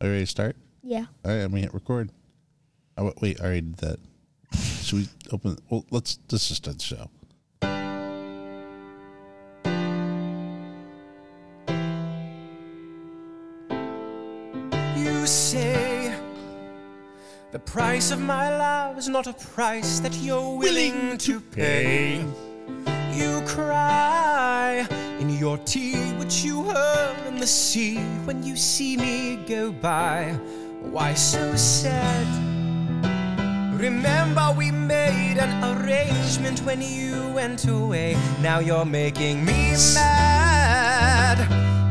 Are we ready to start? Yeah. All right, I'm gonna hit record. Oh, wa- wait, I already did that. Should we open? Well, let's let's just start the show. You say the price of my love is not a price that you're willing to pay. You cry in your tea, which you hurl in the sea when you see me go by. Why so sad? Remember, we made an arrangement when you went away. Now you're making me mad.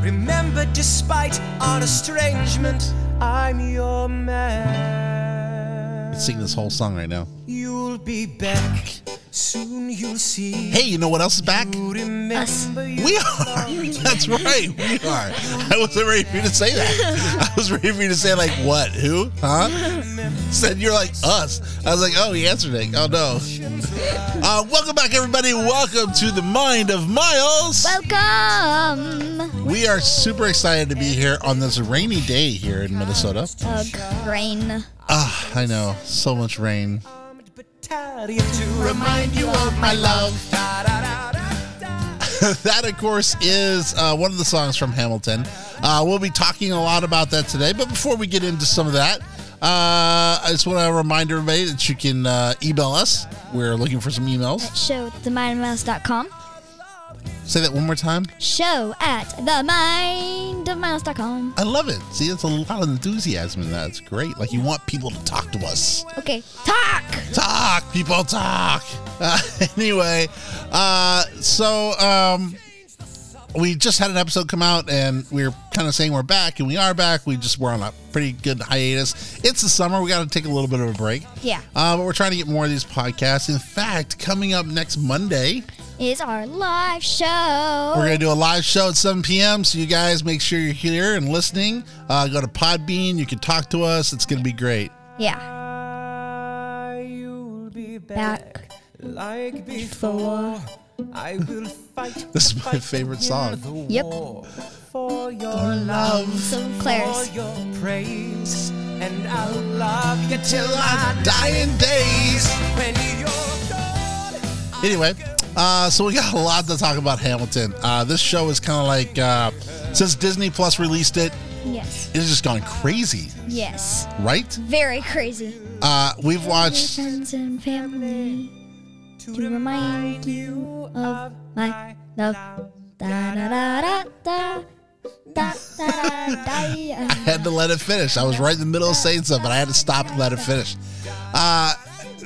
Remember, despite our estrangement, I'm your man. Let's sing this whole song right now. You'll be back. Soon you'll see. Hey, you know what else is back? You remember you We are. That's right. We are. I wasn't ready for you to say that. I was ready for you to say like what? Who? Huh? Said you're like us. I was like, oh, he answered it. Oh no. Uh, welcome back, everybody. Welcome to the Mind of Miles. Welcome. We are super excited to be here on this rainy day here in Minnesota. Oh, grain. Ah, I know. So much rain. armed battalion to remind you of My love. da da da da da. that, of course, is uh, one of the songs from Hamilton. Uh, we'll be talking a lot about that today. But before we get into some of that, uh, I just want to remind everybody that you can uh, email us. We're looking for some emails. Show at themindofmouse.com. Say that one more time. Show at themindofmouse.com. I love it. See, it's a lot of enthusiasm in that. It's great. Like, you want people to talk to us. Okay. Talk. talk people talk uh, anyway uh, so um, we just had an episode come out and we are kind of saying we're back and we are back we just were on a pretty good hiatus it's the summer we got to take a little bit of a break Yeah. uh, but we're trying to get more of these podcasts in fact coming up next monday Is our live show. we're gonna do a live show at 7 p.m. So you guys make sure you're here and listening. Uh, go to Podbean. You can talk to us. It's gonna be great. yeah. You'll be Back back like before. I will fight. This is my fight favorite in song. the Yep. war For your love, So for Claire's. your praise, and I'll love you till I die. Dying days. When you're gone, Anyway, uh, so we got a lot to talk about Hamilton. Uh, this show is kind of like uh, since Disney Plus released it, Yes. it's just gone crazy, Yes. right? Very crazy. Uh, we've watched. Friends and family. to To remind you of my love. Da da da da da. Da da da da. I had to let it finish. I was right in the middle of saying something. I had to stop and let it finish. Uh,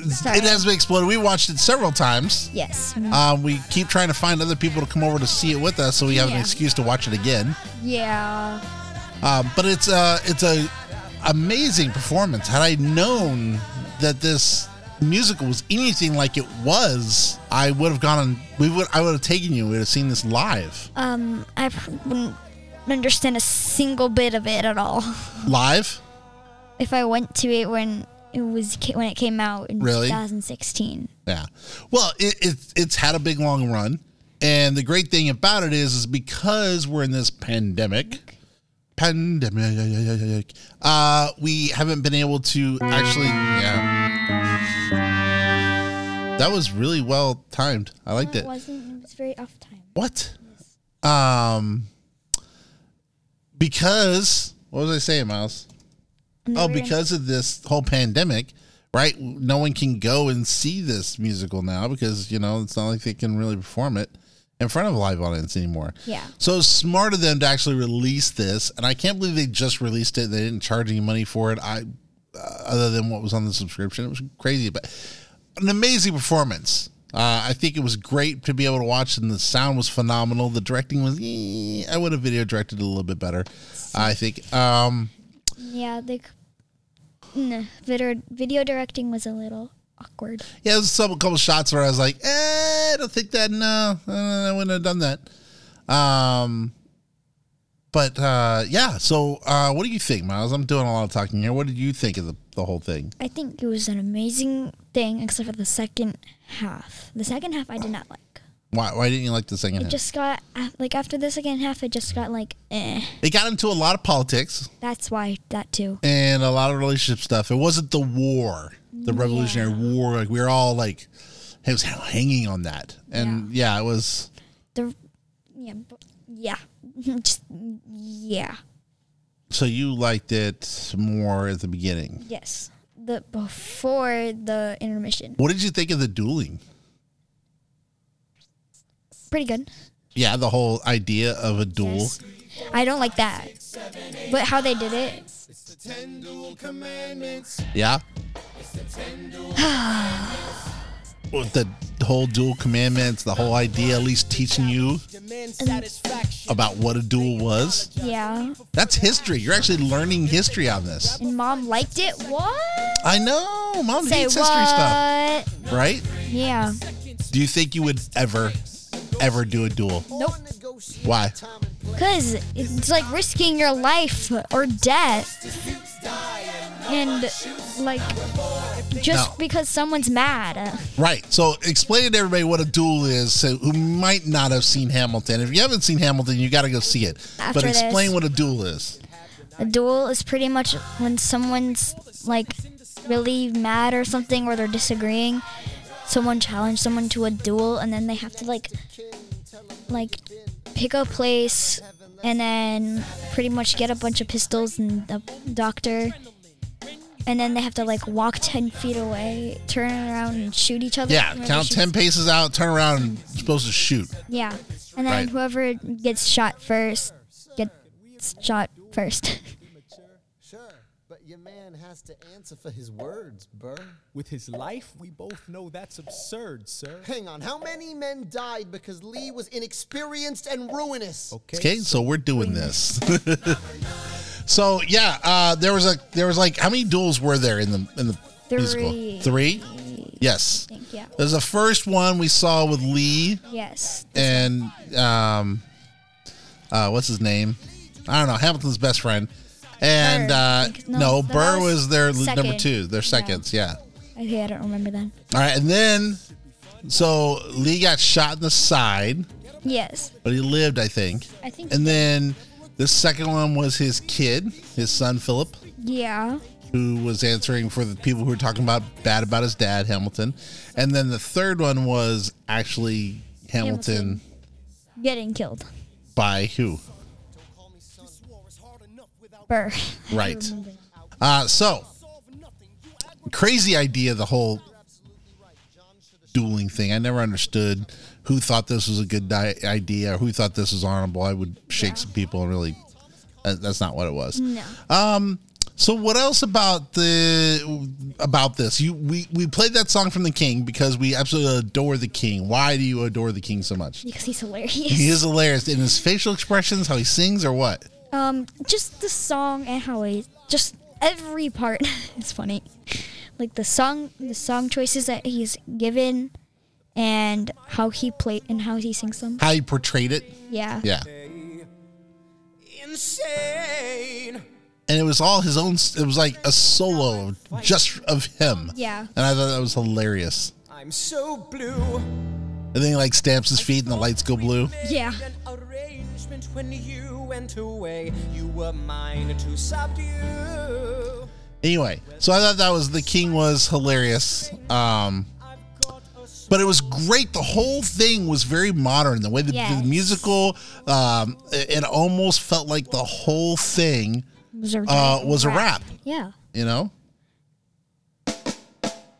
Sorry. Mm-hmm. it has been exploded. We watched it several times. Yes. Uh, we keep trying to find other people to come over to see it with us, so we have an Yeah. excuse to watch it again. Yeah. Um, but it's a it's a amazing performance. Had I known that this musical was anything like it was, I would have gone and we would I would have taken you. We would have seen this live, Um, I p- wouldn't understand a single bit of it at all. live. If I went to it when it was ca- when it came out in Really? 2016. Yeah. Well, it, it it's had a big long run, and the great thing about it is, is because we're in this pandemic. Pandemic. Uh, we haven't been able to actually. Yeah. That was really well timed. I liked it. wasn't. It was very off time. What? Um, because what was I saying, Miles? Oh, because of this whole pandemic, right? No one can go and see this musical now because you know it's not like they can really perform it in front of a live audience anymore. Yeah. So it's smart of them to actually release this, and I can't believe they just released it. They didn't charge any money for it. I, uh, other than what was on the subscription, it was crazy, but an amazing performance. Uh, I think it was great to be able to watch, and the sound was phenomenal. The directing was, eh, I would have video directed it a little bit better, I think. Um, Yeah, the no, video video directing was a little awkward. Yeah, there's some a couple shots where I was like, eh, I don't think that. No, uh, I wouldn't have done that. Um, but uh, yeah. So, uh, what do you think, Miles? I'm doing a lot of talking here. What did you think of the, the whole thing? I think it was an amazing thing, except for the second half. The second half I did not like. Why, why didn't you like the second It half? just got af- like after the second half, it just got like eh. it got into a lot of politics That's why that too. and a lot of relationship stuff. It wasn't the war, the Revolutionary War. Like we were all like, it was hanging on that, and yeah, it was. The yeah bu- yeah just yeah So you liked it more at the beginning. yes the before the intermission What did you think of the dueling? pretty good. Yeah, the whole idea of a duel. Yes. I don't like that, but how they did it. Yeah. With the whole dual commandments, the whole idea, at least teaching you about what a duel was. Yeah, That's history. You're actually learning history on this. and mom liked it. What? I know. Mom Say hates history stuff, what? right? Yeah, Do you think you would ever, ever do a duel? nope. Why? Cause it's like risking your life or death, and like just No. because someone's mad. Right. So explain to everybody what a duel is so who might not have seen Hamilton. If you haven't seen Hamilton, you got to go see it. After but explain this. what a duel is. A duel is pretty much when someone's like really mad or something, or they're disagreeing. Someone challenged someone to a duel, and then they have to like, like, pick a place, and then pretty much get a bunch of pistols and a doctor, and then they have to like walk ten feet away, turn around, and shoot each other. Yeah, Whoever count shoots- 10 paces out, turn around, and you're supposed to shoot. Yeah, and then Right. whoever gets shot first gets shot first. Mature? Sure, but your man has to answer for his words, bruh. With his life, we both know that's absurd, sir. Hang on, how many men died because Lee was inexperienced and ruinous? Oh. Okay, so we're doing this. so yeah, uh, there was a there was like how many duels were there in the in the musical? Three. Three. Yes. think, yeah. There's the first one we saw with Lee yes. and um, uh, what's his name? I don't know. Hamilton's best friend. And Burr, I uh, think. no, No, that Burr was was their l- number second. two. Their Yeah. seconds, yeah. Okay, I don't remember then. All right, and then so Lee got shot in the side, Yes. but he lived, I think. I think. And then the second one was his kid, his son Philip, yeah. who was answering for the people who were talking about bad about his dad, Hamilton. And then the third one was actually Hamilton, Hamilton. Getting killed. by who? Burr. Right. Uh, so crazy idea the whole dueling thing. I never understood who thought this was a good di- idea, who thought this was honorable. I would shake some people and really, that- that's not what it was. No. So what else about the about this? You we we played that song from the King because we absolutely adore the King. Why do you adore the King so much? because he's He hilarious. is hilarious in his facial expressions, how he sings, or what? Um, just the song and how he just every part. it's funny. Like the song, the song choices that he's given, and how he play and how he sings them. How he portrayed it. Yeah. Yeah, Insane. and it was all his own. It was like a solo of- just of him. Yeah. and I thought that was hilarious. I'm so blue. And then he like stamps his feet and the lights go blue. Yeah. An arrangement when you went away, you were mine to subdue. Anyway, so I thought that was the King was hilarious. Um, but it was great. The whole thing was very modern. The way the, Yes. the musical, um, it it almost felt like the whole thing Was a uh, was a rap. Yeah. You know,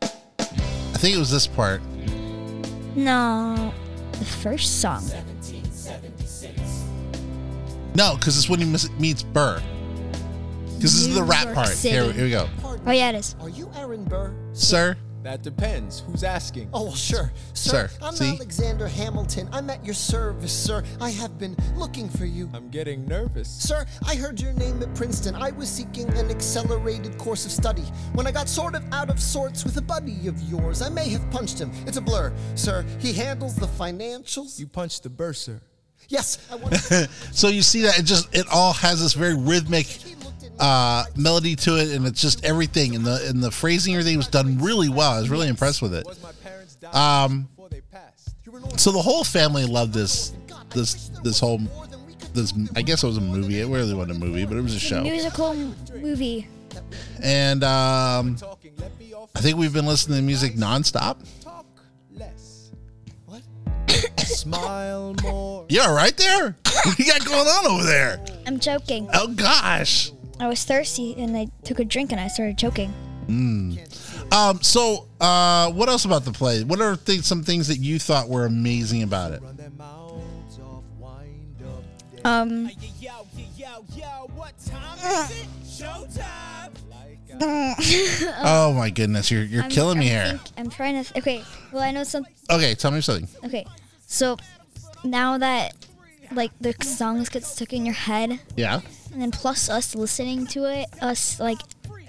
I think it was this part. No. The first song. No, because it's when he mis- meets Burr. Because this is the New rap York part. Here, City. here we go, Oh yeah, it is. Are you Aaron Burr? sir. That depends. Who's asking? Oh, well, sure. Sir, Sir, I'm see? Alexander Hamilton. I'm at your service, sir. I have been looking for you. I'm getting nervous. Sir, I heard your name at Princeton. I was seeking an accelerated course of study. When I got sort of out of sorts with a buddy of yours, I may have punched him. It's a blur, sir. He handles the financials. You punched the bursar. yes, I want to. So you see that it just it all has this very rhythmic uh, melody to it, and it's just everything. And the and the phrasing, everything was done really well. I was really impressed with it. Was my parents died Um, before they passed? You So the whole family loved this this this whole this I guess it was a movie. It really wasn't a movie, but it was a show. Musical m- movie. And um, Talking, let me off I think we've been listening to music nonstop. talk less. What? Smile more. You all right there? What you got going on over there? I'm joking. Oh gosh. I was thirsty and I took a drink and I started choking. Um, so uh, what else about the play? What are things, some things that you thought were amazing about it? Their mouths off, wind up. Um, Yo, yo, yo, yo, what time is it? Showtime! Oh my goodness, you're you're I'm- killing me I'm here. think- I'm trying to. Th- okay, well I know some. Okay, tell me something. Okay, so now that like the songs get stuck in your head, Yeah. and then plus us listening to it, us like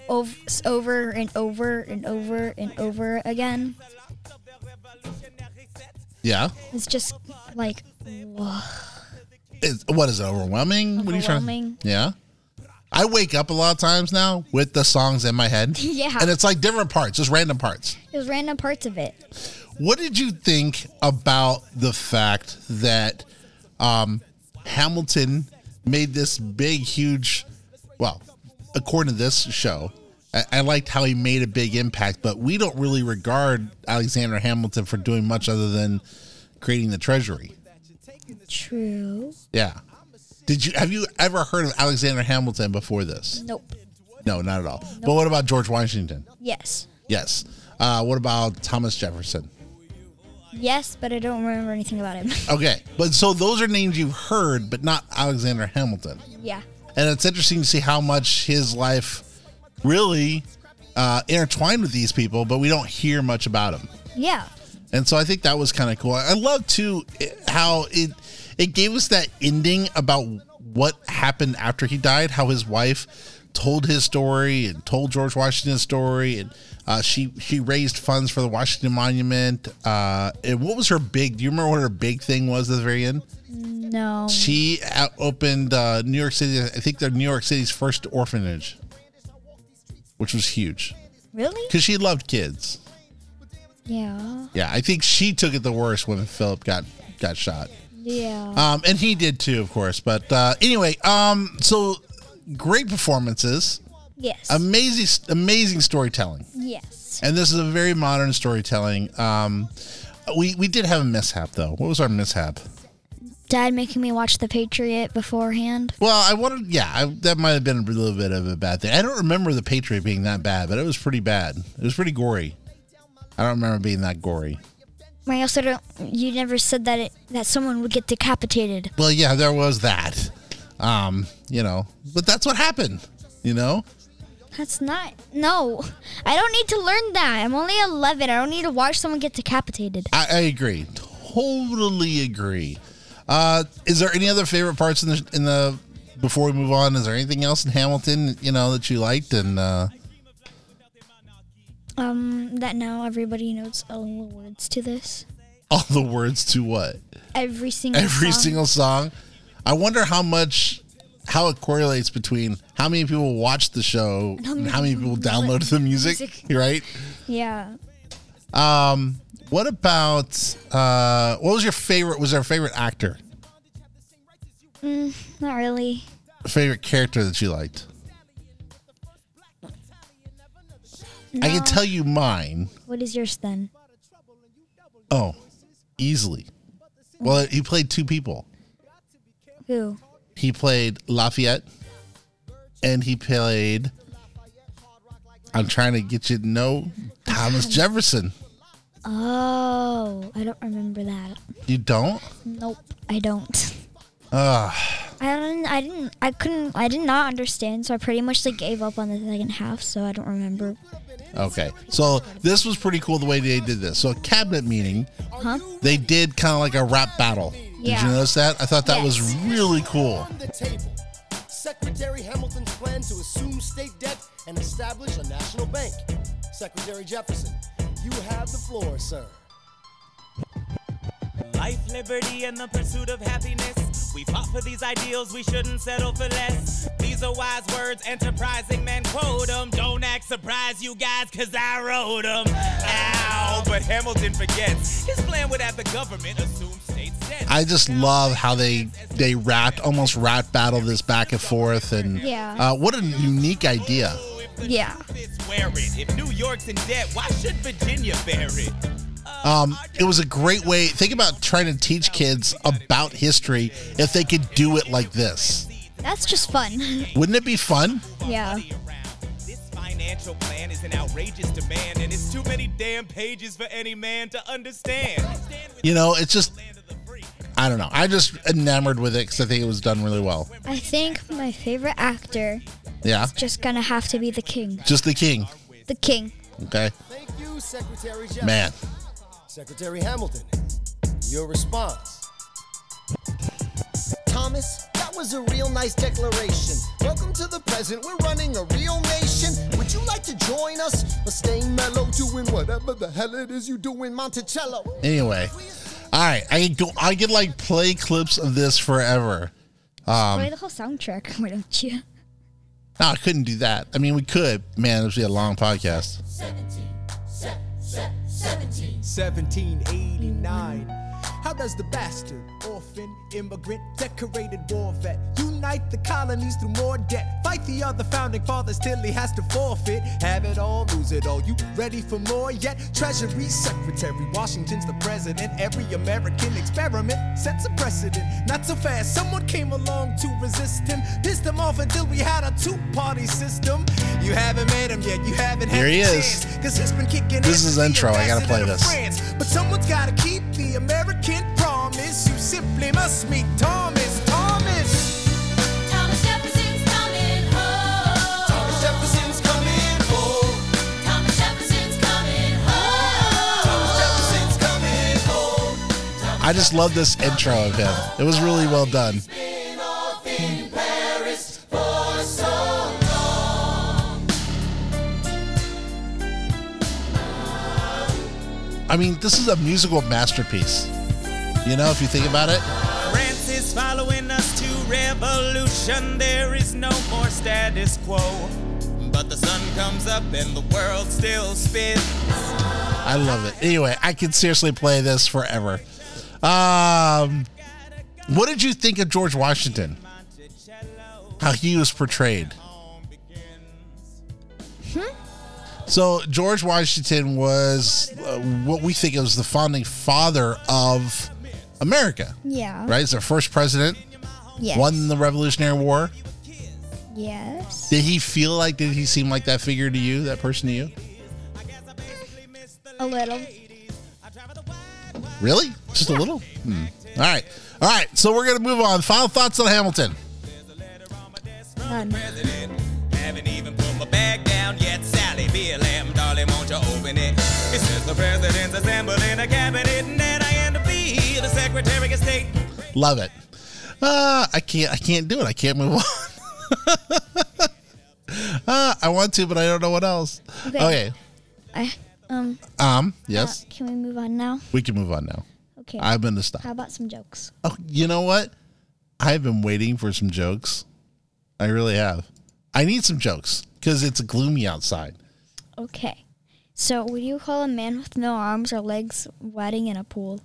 ov- s- over and over and over and over again, Yeah. it's just like whoa. Is, what is it, overwhelming? What are you trying? Overwhelming. Yeah. I wake up a lot of times now with the songs in my head. Yeah. And it's like different parts, just random parts. It was random parts of it. What did you think about the fact that um, Hamilton made this big, huge, well, according to this show, I, I liked how he made a big impact, but we don't really regard Alexander Hamilton for doing much other than creating the treasury. True. Yeah. Did you have you ever heard of Alexander Hamilton before this? Nope. No, not at all. But what about George Washington? Yes. Yes. Uh, what about Thomas Jefferson? Yes, but I don't remember anything about him. Okay, but so those are names you've heard, but not Alexander Hamilton. yeah. And it's interesting to see how much his life really uh, intertwined with these people, but we don't hear much about him. Yeah. And so I think that was kind of cool. I love too it- how it it gave us that ending about what happened after he died. How his wife told his story and told George Washington's story, and uh, she she raised funds for the Washington Monument. Uh, and what was her big? Do you remember what her big thing was at the very end? No. She out- opened uh, New York City. I think they're New York City's first orphanage, which was huge Really? because she loved kids. Yeah. Yeah, I think she took it the worst when Philip got got shot. Yeah. Um, and he did too, of course. But uh, anyway, um, so great performances, yes. amazing, amazing storytelling, yes. and this is a very modern storytelling. Um, we we did have a mishap though. What was our mishap? Dad making me watch The Patriot beforehand. Well, I wanted, yeah, I, that might have been a little bit of a bad thing. I don't remember the Patriot being that bad, but it was pretty bad. It was pretty gory. I don't remember being that gory. I also don't. You never said that it, that someone would get decapitated. Well, yeah, there was that. Um, you know, but that's what happened. You know, That's not. No. I don't need to learn that. I'm only 11. I don't need to watch someone get decapitated. I, I agree. Totally agree. Uh, is there any other favorite parts in the in the before we move on? Is there anything else in Hamilton you know that you liked? And uh, Um. That now everybody knows all the words to this. all the words to what? Every single. Every song. single song. I wonder how much how it correlates between how many people watch the show how and many how many people people download the music, right? Yeah. Um, what about uh, what was your favorite? Was there a favorite actor, Not really. favorite character that you liked? I No. can tell you mine. What is yours then? Oh, easily. Well, he played two people. Who? He played Lafayette, and he played. I'm trying to get you to know Thomas Jefferson. Oh, I don't remember that. You don't? Nope, I don't. Ah, I don't. I didn't. I couldn't. I did not understand. So I pretty much like gave up on the second half. So I don't remember. okay. So this was pretty cool the way they did this. So a cabinet meeting, Huh? they did kind of like a rap battle. Did Yeah. you notice that? I thought that was Yes. really cool. on the table. Secretary Hamilton's plan to assume state debt and establish a national bank. Secretary Jefferson, you have the floor, sir. Life, liberty, and the pursuit of happiness. We fought for these ideals, we shouldn't settle for less. These These are wise words, enterprising men quote 'em. Don't act surprised, you guys, cause I wrote 'em. Ow, but Hamilton forgets. His plan would have the government assume state sense. I just love how they they rat almost rat battle this back and forth and Yeah. uh, what a unique idea. If the Yeah. truth is, wear it. If New York's in debt, why should Virginia bear it? Um, it was a great way. Think about trying to teach kids about history if they could do it like this. That's just fun. Wouldn't it be fun? yeah. money around. This financial plan is an outrageous demand, and it's too many damn pages for any man to understand. Stand with You know, it's just the land of the free. I don't know. I just enamored with it because I think it was done really well. I think my favorite actor Yeah, just gonna have to be the king. just the king. The king. Okay, Thank you, Secretary Jefferson. man. Secretary Hamilton, your response. Thomas, that was a real nice declaration. Welcome to the present, we're running a real nation. Would you like to join us? Or staying mellow, doing whatever the hell it is you do in Monticello. Anyway, all right. I go. I could like play clips of this forever. Um, Play the whole soundtrack, why don't you? No, I couldn't do that. I mean, we could. Man, it would be a long podcast. 1789. How does the bastard, orphan, immigrant, decorated war vet unite the colonies through more debt? Fight the other founding fathers till he has to forfeit. Have it all, lose it all. You ready for more yet? Treasury Secretary Washington's the president. Every American experiment sets a precedent. Not so fast, someone came along to resist him. Pissed him off until we had a two party system. You haven't met him yet, you haven't had Here he the is. chance. 'Cause he's been kicking This is the intro. I gotta play ambassador to this. France. But someone's gotta keep the American promise. You simply must meet Thomas. Thomas. Thomas Jefferson's coming home. Thomas Jefferson's coming home. Thomas Jefferson's coming home. Thomas Jefferson's coming home. I just love this intro of him. It was really well done. Been off in Paris for so long. I mean, this is a musical masterpiece. You know, if you think about it. France is following us to revolution. There is no more status quo. But the sun comes up and the world still spins. I love it. Anyway, I can seriously play this forever. Um, what did you think of George Washington? How he was portrayed? So George Washington was uh, what we think of as the founding father of America, Yeah. right? He's our first president, Yes. won the Revolutionary War. Yes. Did he feel like? Did he seem like that figure to you? That person to you? A little. Really? Just a little? Hmm. All right. All right. So we're going to move on. Final thoughts on Hamilton. None. president. Haven't even put my bag down yet. Sally, be a lamb, darling, won't you open it? It says the president's assembled in a cabinet, and that I am to be the Secretary of State. Love it. Uh, I can't. I can't do it. I can't move on. uh, I want to, but I don't know what else. Okay. Okay. I um Um. uh, Yes, can we move on now? we can move on now. Okay. I've been to stop. How about some jokes? Oh, you know what? I've been waiting for some jokes. I really have. I need some jokes because it's gloomy outside. Okay. So would you call a man with no arms or legs wading in a pool?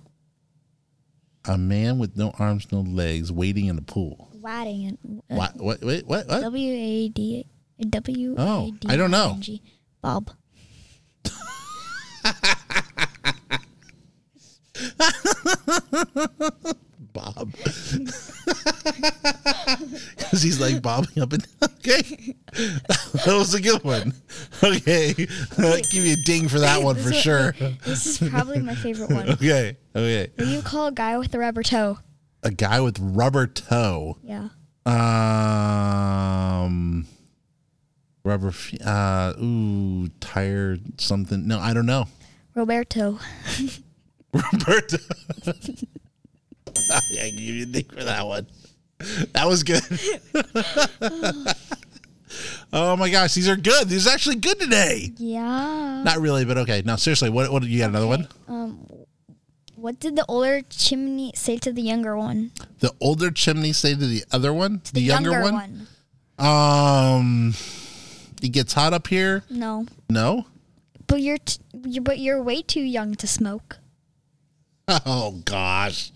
A man with no arms, no legs, waiting in a pool. Wading in uh, What? What? Wait. What? What? W A D W Oh, A D I don't know. I N G. Bob. Bob. Because he's like bobbing up and Okay. that was a good one. Okay. Give you a ding for that one for This is- sure. This is probably my favorite one. Okay. Okay. Would you call a guy with a rubber toe? A guy with rubber toe. Yeah. Um, rubber, f- uh, ooh, tire something. No, I don't know. Roberto. Roberto. I can give you a ding for that one. That was good. oh my gosh, these are good. These are actually good today. Yeah. Not really, but okay. No, seriously, what what you got another one? What did the older chimney say to the younger one? The older chimney say to the other one? The, younger, one? Um, it gets hot up here. No, No. but you're, t- you but you're way too young to smoke. Oh gosh,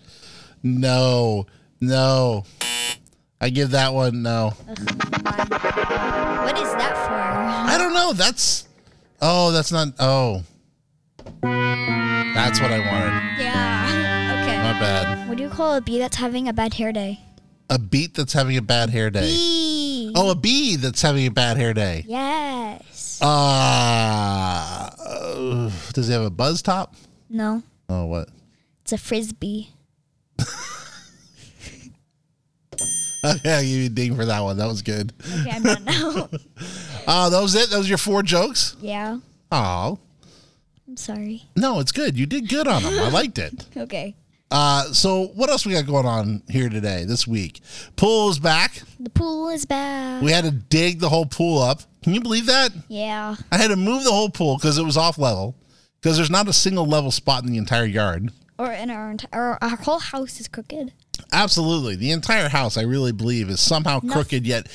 no, no. I give that one no. What is that I don't know. That's oh, that's not oh. That's what I wanted. for? Yeah. Okay. My bad. What do you call a bee that's having a bad hair day? A beat that's having a bad hair day. Bee. Oh, a bee that's having a bad hair day. Yes. Ah, uh, does he have a buzz top? No, Oh, what? it's a frisbee. Okay, I'll give you a ding for that one. That was good. Okay, I'm done now. Uh, that was it. That was your four jokes. yeah. Oh, I'm sorry. no, it's good. You did good on them. I liked it. Okay. Uh, so what else we got going on here today this week? Pool's back. The pool is back. We had to dig the whole pool up. Can you believe that? yeah. I had to move the whole pool because it was off level. Because there's not a single level spot in the entire yard. Or in our entire, our whole house is crooked. Absolutely, the entire house I really believe is somehow crooked. Yet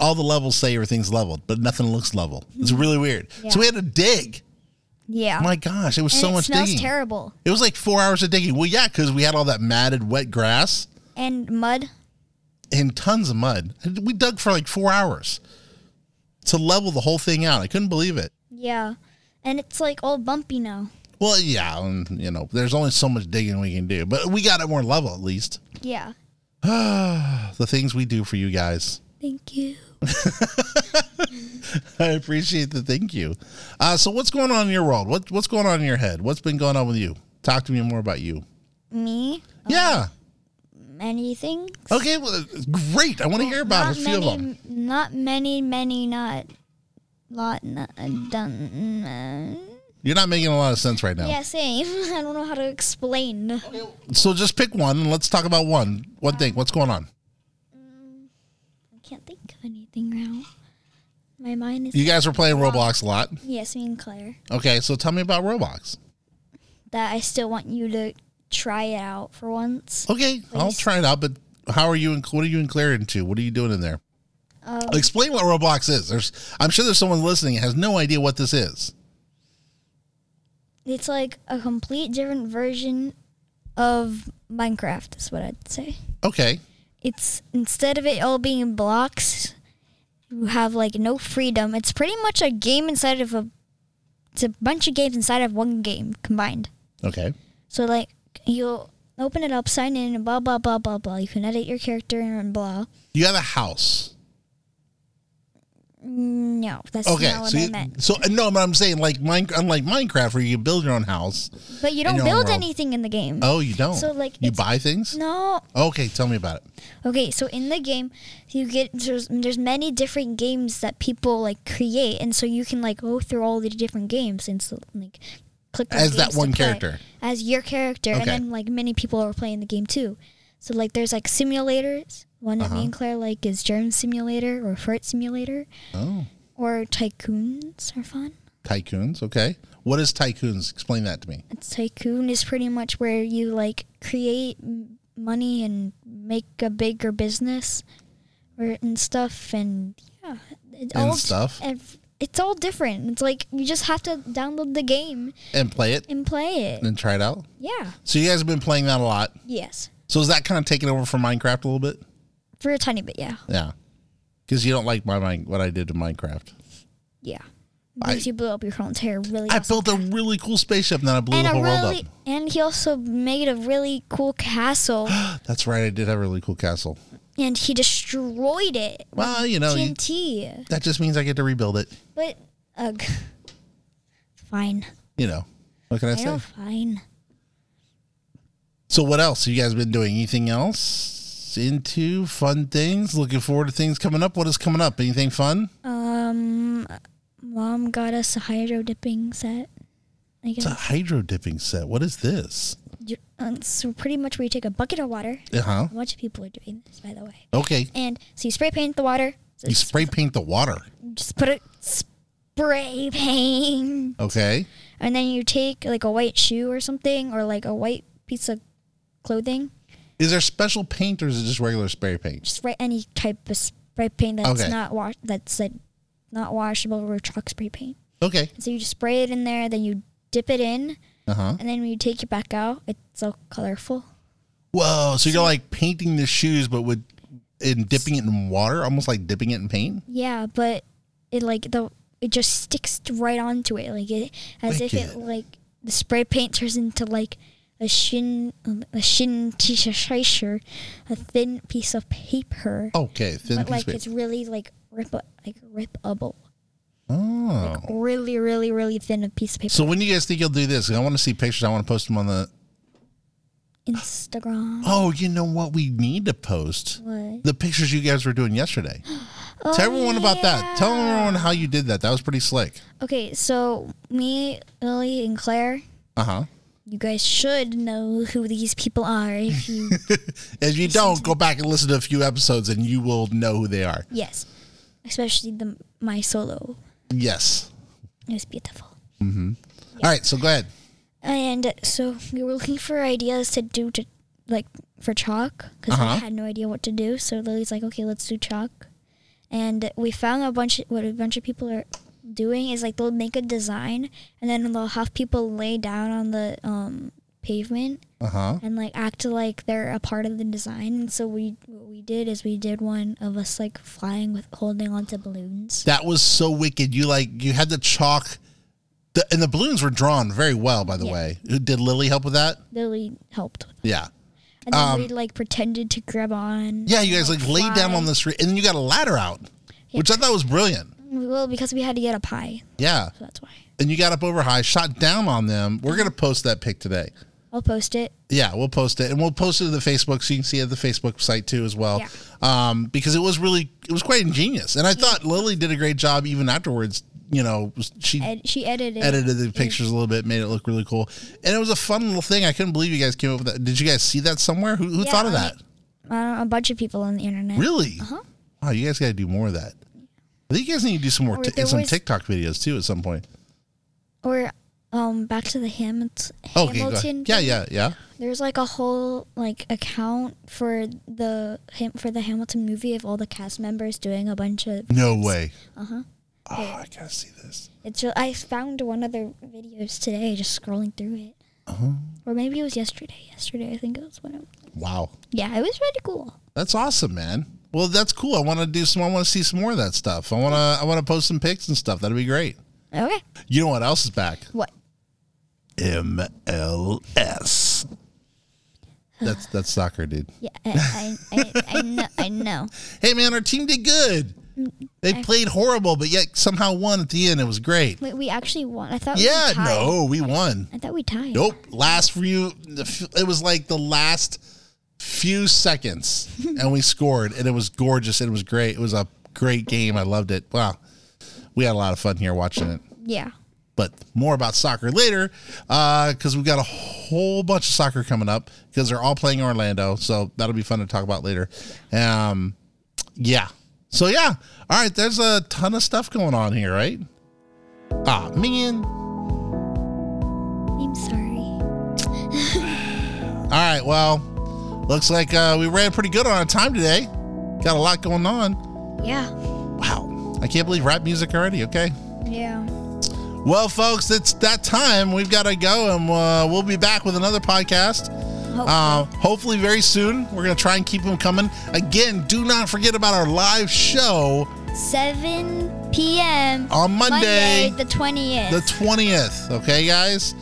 all the levels say everything's leveled, but nothing looks level. It's really weird. Mm-hmm. Yeah. So we had to dig. Yeah. My gosh, it was and so it much smells digging. terrible. It was like four hours of digging. Well, yeah, because we had all that matted, wet grass. And mud. in tons of mud. We dug for like four hours to level the whole thing out. I couldn't believe it. Yeah. And it's like all bumpy now. Well, yeah, um, you know, there's only so much digging we can do, but we got it more level at least. Yeah. The things we do for you guys. Thank you. I appreciate the thank you. Uh, so, what's going on in your world? What, what's going on in your head? What's been going on with you? Talk to me more about Um, you. Me? yeah. Many things? Okay. Well, great. I want to hear about not a few of them. many, not many, many, not lot, not done. uh, You're not making a lot of sense right now. yeah, same. I don't know how to explain. So, just pick one and let's talk about one. One thing. What's going on? I can't think of anything now. My mind is You guys were playing Roblox a lot. yes, me and Claire. Okay, so tell me about Roblox. That I still want you to try it out for once. Okay, I'll Please. try it out. But how are you? And what are you and Claire into? What are you doing in there? Um, Explain what Roblox is. There's, I'm sure there's someone listening that has no idea what this is. It's like a complete different version of Minecraft. Is what I'd say. Okay, It's instead of it all being blocks, you have like no freedom. It's pretty much a game inside of a. It's a bunch of games inside of one game combined. okay, So like you'll open it up, sign in, and blah blah blah blah blah. You can edit your character and blah. you have a house. No, that's Okay, not what so I you, meant. so uh, no, but I'm saying like mine, unlike Minecraft where you can build your own house. But you in don't your own build world. anything in the game. Oh, you don't. So, like, you it's- buy things. No. Okay, tell me about it. Okay, so in the game, you get there's, there's many different games that people like create, and so you can like go through all the different games and so, like click on As that games to one play. character. as your character, Okay. and then like many people are playing the game too. So like there's like simulators. One that Uh-huh. me and Claire like is Germ Simulator or Fart Simulator. Oh, or tycoons are fun. tycoons. Okay, what is tycoons? Explain that to me. A tycoon is pretty much where you like create m- money and make a bigger business or and stuff and yeah, it And d- stuff? ev- it's all different. It's like you just have to download the game And play it and play it. and try it out. Yeah. So you guys have been playing that a lot. Yes. So is that kind of taking over from Minecraft a little bit? For a tiny bit, yeah. Yeah, because you don't like my, my what I did to Minecraft. Yeah. Because you blew up your whole entire really I awesome built a really cool spaceship, and then I blew and the a whole really world and he also made a really cool castle up. That's right, I did have a really cool castle. and he destroyed it. with Well, you know, you- TNT. that just means I get to rebuild it. But ugh. Fine. You know, what can I I know say? fine. So, what else you guys been doing? Anything else into fun things? Looking forward to things coming up. What is coming up? Anything fun? Mom got us a hydro dipping set. I It's a guess. hydro dipping set. What is this? You- uh, So pretty much where you take a bucket of water. Uh huh. A bunch of people are doing this, by the way. Okay, And so you spray paint the water. So you spray paint the water. just put it spray paint. Okay, And then you take like a white shoe or something or like a white piece of clothing. is there special paint or is it just regular spray paint? Just write any type of spray paint that's Okay. not wash that's like not washable or truck spray paint. Okay. So you just spray it in there, then you dip it in, Uh huh. and then when you take it back out, it's all colorful. Whoa. So you're like painting the shoes, but with and dipping it in water, almost like dipping it in paint. Yeah, but it like the it just sticks right onto it, like it as if it Wicked. like the spray paint turns into like a shin a shin t shirt, a thin piece of paper, Okay. Oh, Thin but piece like of it's really like rip like ripable, Oh. really really really thin a piece of paper. So when you guys think you'll do this? I want to see pictures. I want to post them on the. Instagram. Oh, you know what? We need to post What? the pictures you guys were doing yesterday. Oh, Tell everyone about that. Tell everyone how you did that. That was pretty slick. Okay, so me, Lily, and Claire, Uh huh. you guys should know who these people are. If you If you don't, go back and listen to a few episodes, and you will know who they are. yes, especially the my solo. Yes. It was beautiful. All right. So go ahead. And so we were looking for ideas to do to like for chalk because I Uh-huh. had no idea what to do. So Lily's like, okay, let's do chalk. And we found a bunch. What a bunch of people are doing is like they'll make a design and then they'll have people lay down on the um, pavement Uh huh. and like act like they're a part of the design. And so we what we did is we did one of us like flying with holding onto balloons. That was so wicked. You like you had the chalk, the, and the balloons were drawn very well. By the Yeah. way, did Lily help with that? Lily helped, Yeah. and then Um, we like pretended to grab on. Yeah, you guys like laid down fly. on the street, and then you got a ladder out, Yeah. which I thought was brilliant. Well, because we had to get up high, Yeah, so that's why. and you got up over high, shot down on them. We're gonna post that pic today. I'll post it. Yeah, we'll post it, and we'll post it to the Facebook, so you can see it at the Facebook site too as well. Yeah. Um, because it was really, it was quite ingenious, and I thought Lily did a great job even afterwards. You know, she Ed, she edited. it. edited the pictures a little bit, made it look really cool, and it was a fun little thing. I couldn't believe you guys came up with that. Did you guys see that somewhere? Who, who Yeah, thought of I- that? I don't know, a bunch of people on the internet. Really? Uh-huh. Wow, you guys got to do more of that. I think you guys need to do some more Or t- there some was- TikTok videos too at some point. Or um, back to the Hamilton. Oh, Okay, go ahead. Hamilton. yeah, yeah, yeah. There's like a whole like account for the Ham- for the Hamilton movie of all the cast members doing a bunch of. No way. Uh-huh. Oh, I gotta see this. It's ju- I found one of their videos today, just scrolling through it. Uh-huh. Or maybe it was yesterday. Yesterday, I think it was when. It, Wow, yeah, it was really cool. that's awesome, man. Well, that's cool. I want to do some. I want to see some more of that stuff. I want to. I want to post some pics and stuff. That'd be great. Okay. You know what else is back? What? MLS. That's that's soccer, dude. Yeah, I I, I, I know. I know. Hey, man, our team did good. They played horrible, but yet somehow won at the end. It was great. Wait, we actually won. I thought. Yeah, we tied. no, we won. I thought we tied. Nope. Last few, the f- it was like the last few seconds, and we scored, and it was gorgeous. It was great. It was a great game. I loved it. Wow, we had a lot of fun here watching it. Yeah. But more about soccer later, because we've got a whole bunch of soccer coming up because they're all playing Orlando. So that'll be fun to talk about later. Um, yeah. So yeah. All right. There's a ton of stuff going on here, right? Ah, man. I'm sorry. All right. Well, looks like uh, we ran pretty good on our time today. Got a lot going on. Yeah. Wow. I can't believe rap music already. Okay. Yeah. Well, folks, it's that time. We've got to go, and uh, we'll be back with another podcast. Uh, hopefully, very soon. We're going to try and keep them coming. Again, do not forget about our live show 7 p.m. on Monday, the 20th. the 20th. Okay, guys?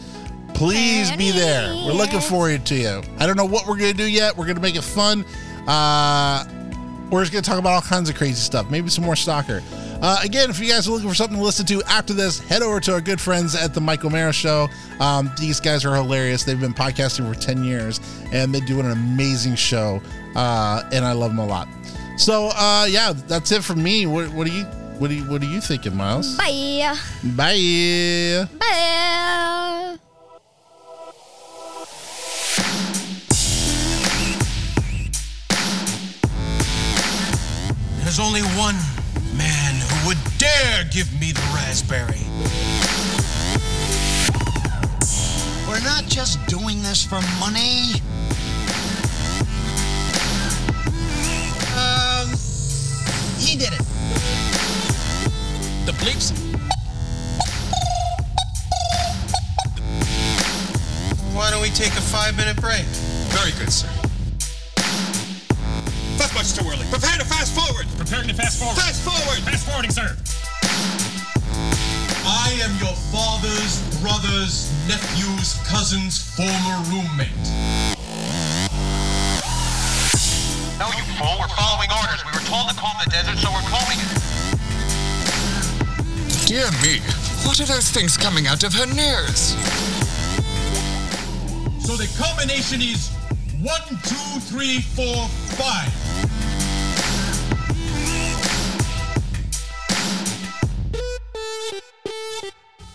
Please be there. We're looking 20th. forward to you. I don't know what we're going to do yet. We're going to make it fun. Uh, we're just going to talk about all kinds of crazy stuff, maybe some more stalker. Uh, again, if you guys are looking for something to listen to after this, head over to our good friends at the Michael Mara Show. Um, these guys are hilarious. They've been podcasting for 10 years and they do an amazing show. Uh, and I love them a lot. So, uh, yeah, that's it for me. What, what, are you, what, are you, what are you thinking, Miles? Bye. Bye. Bye. There's only one man who would dare give me the raspberry. We're not just doing this for money. Um, He did it. The bleeps. Why don't we take a five minute break? Very good, sir. That's much too early. Prepare to fast forward. Preparing to fast forward. Fast forward. Fast forwarding, sir. I am your father's, brother's, nephew's, cousin's former roommate. No, you fool. We're following orders. We were told to comb the desert, so we're combing it. Dear me, what are those things coming out of her nose? So the combination is one, two, three, four, five.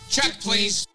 Check, please.